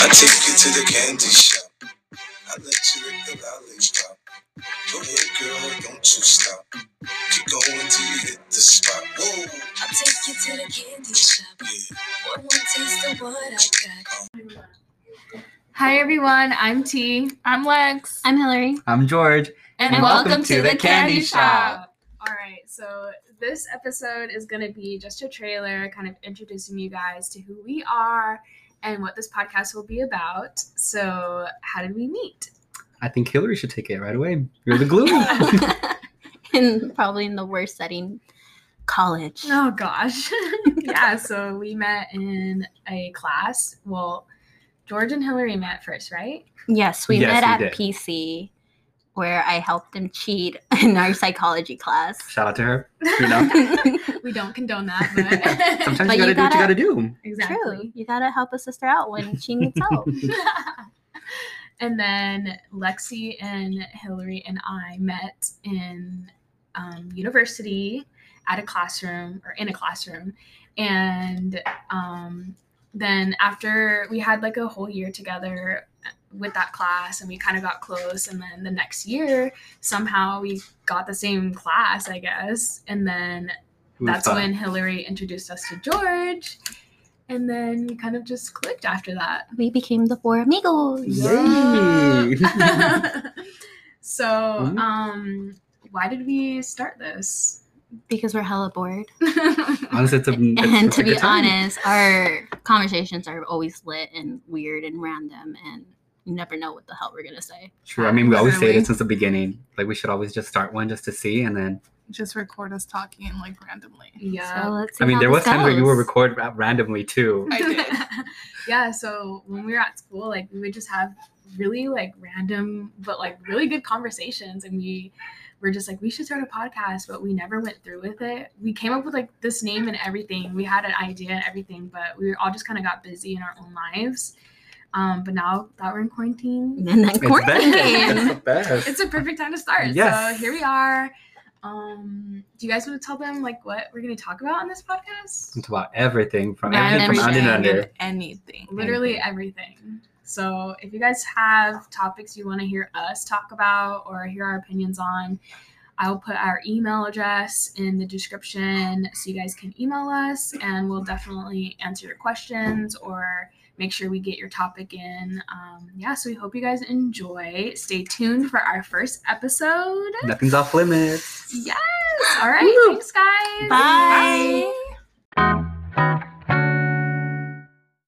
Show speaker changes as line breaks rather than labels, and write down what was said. I take you to the candy shop. I let you lick the lollipop. Go ahead, girl, don't you stop. Keep going till you hit the spot. Whoa. I take you to the candy shop. Yeah. One more taste of what I got.
Hi everyone, I'm T.
I'm Lex.
I'm Hillary.
I'm George.
And,
And
welcome,
welcome
to, the, Candy, Shop.
All right, so this episode is going to be just a trailer, kind of introducing you guys to who we are and what this podcast will be about. So, how did we meet?
I think Hillary should take it right away. You're the glue.
in probably in the worst setting, college.
Oh gosh. yeah, so we met in a class. Well, George and Hillary met first, right?
Yes, we
Yes,
met
we
at
did.
PC where I helped him cheat in our psychology class.
Shout out to her. You know,
we don't condone that, but
sometimes you gotta
But you
do what you
gotta-
gotta do.
True.
exactly.
You gotta help a sister out when she needs help.
and then Lexi and Hillary and I met in um, university at a classroom or in a classroom. And um, then after we had like a whole year together with that class and we kind of got close. And then the next year, somehow we got the same class, I guess. And then
It was
that's
fun.
when Hillary introduced us to George. And then we kind of just clicked after that.
we became the four amigos.
Yay!
so,
Mhm.
um, why did we start this?
Because we're hella bored.
Honestly, it's a it's such
And to
a
be
good time.
honest, our conversations are always lit and weird and random and you never know what the hell we're gonna say.
True. I mean, we always say
Literally.
this since the beginning. Like, we should always just start one just to see, and then
just record us talking like randomly.
So
yeah.
let's see
I mean,
how
there was
this
times where you would
goes.
record ra- randomly too.
I did.
yeah. So when we were at school, like we would just have really like random, but like really good conversations, and we were just like, we should start a podcast, but we never went through with it. We came up with like this name and everything. We had an idea and everything, but we all just kind of got busy in our own lives. Um, but now that we're in quarantine,
and then
It's best.
quarantine came.
That's the best.
it's a perfect time to start. So
Yes.
here we are. Um, do you guys want to tell them like what we're going to talk about on this podcast?
It's about everything from
Random
everything from under and
shit.
under.
anything.
Literally everything. So if you guys have topics you want to hear us talk about or hear our opinions on, I'll put our email address in the description so you guys can email us and we'll definitely answer your questions or make sure we get your topic in. Um, yeah, so we hope you guys enjoy. Stay tuned for our first episode.
Nothing's off limits.
Yes. All right. Thanks, guys.
Bye.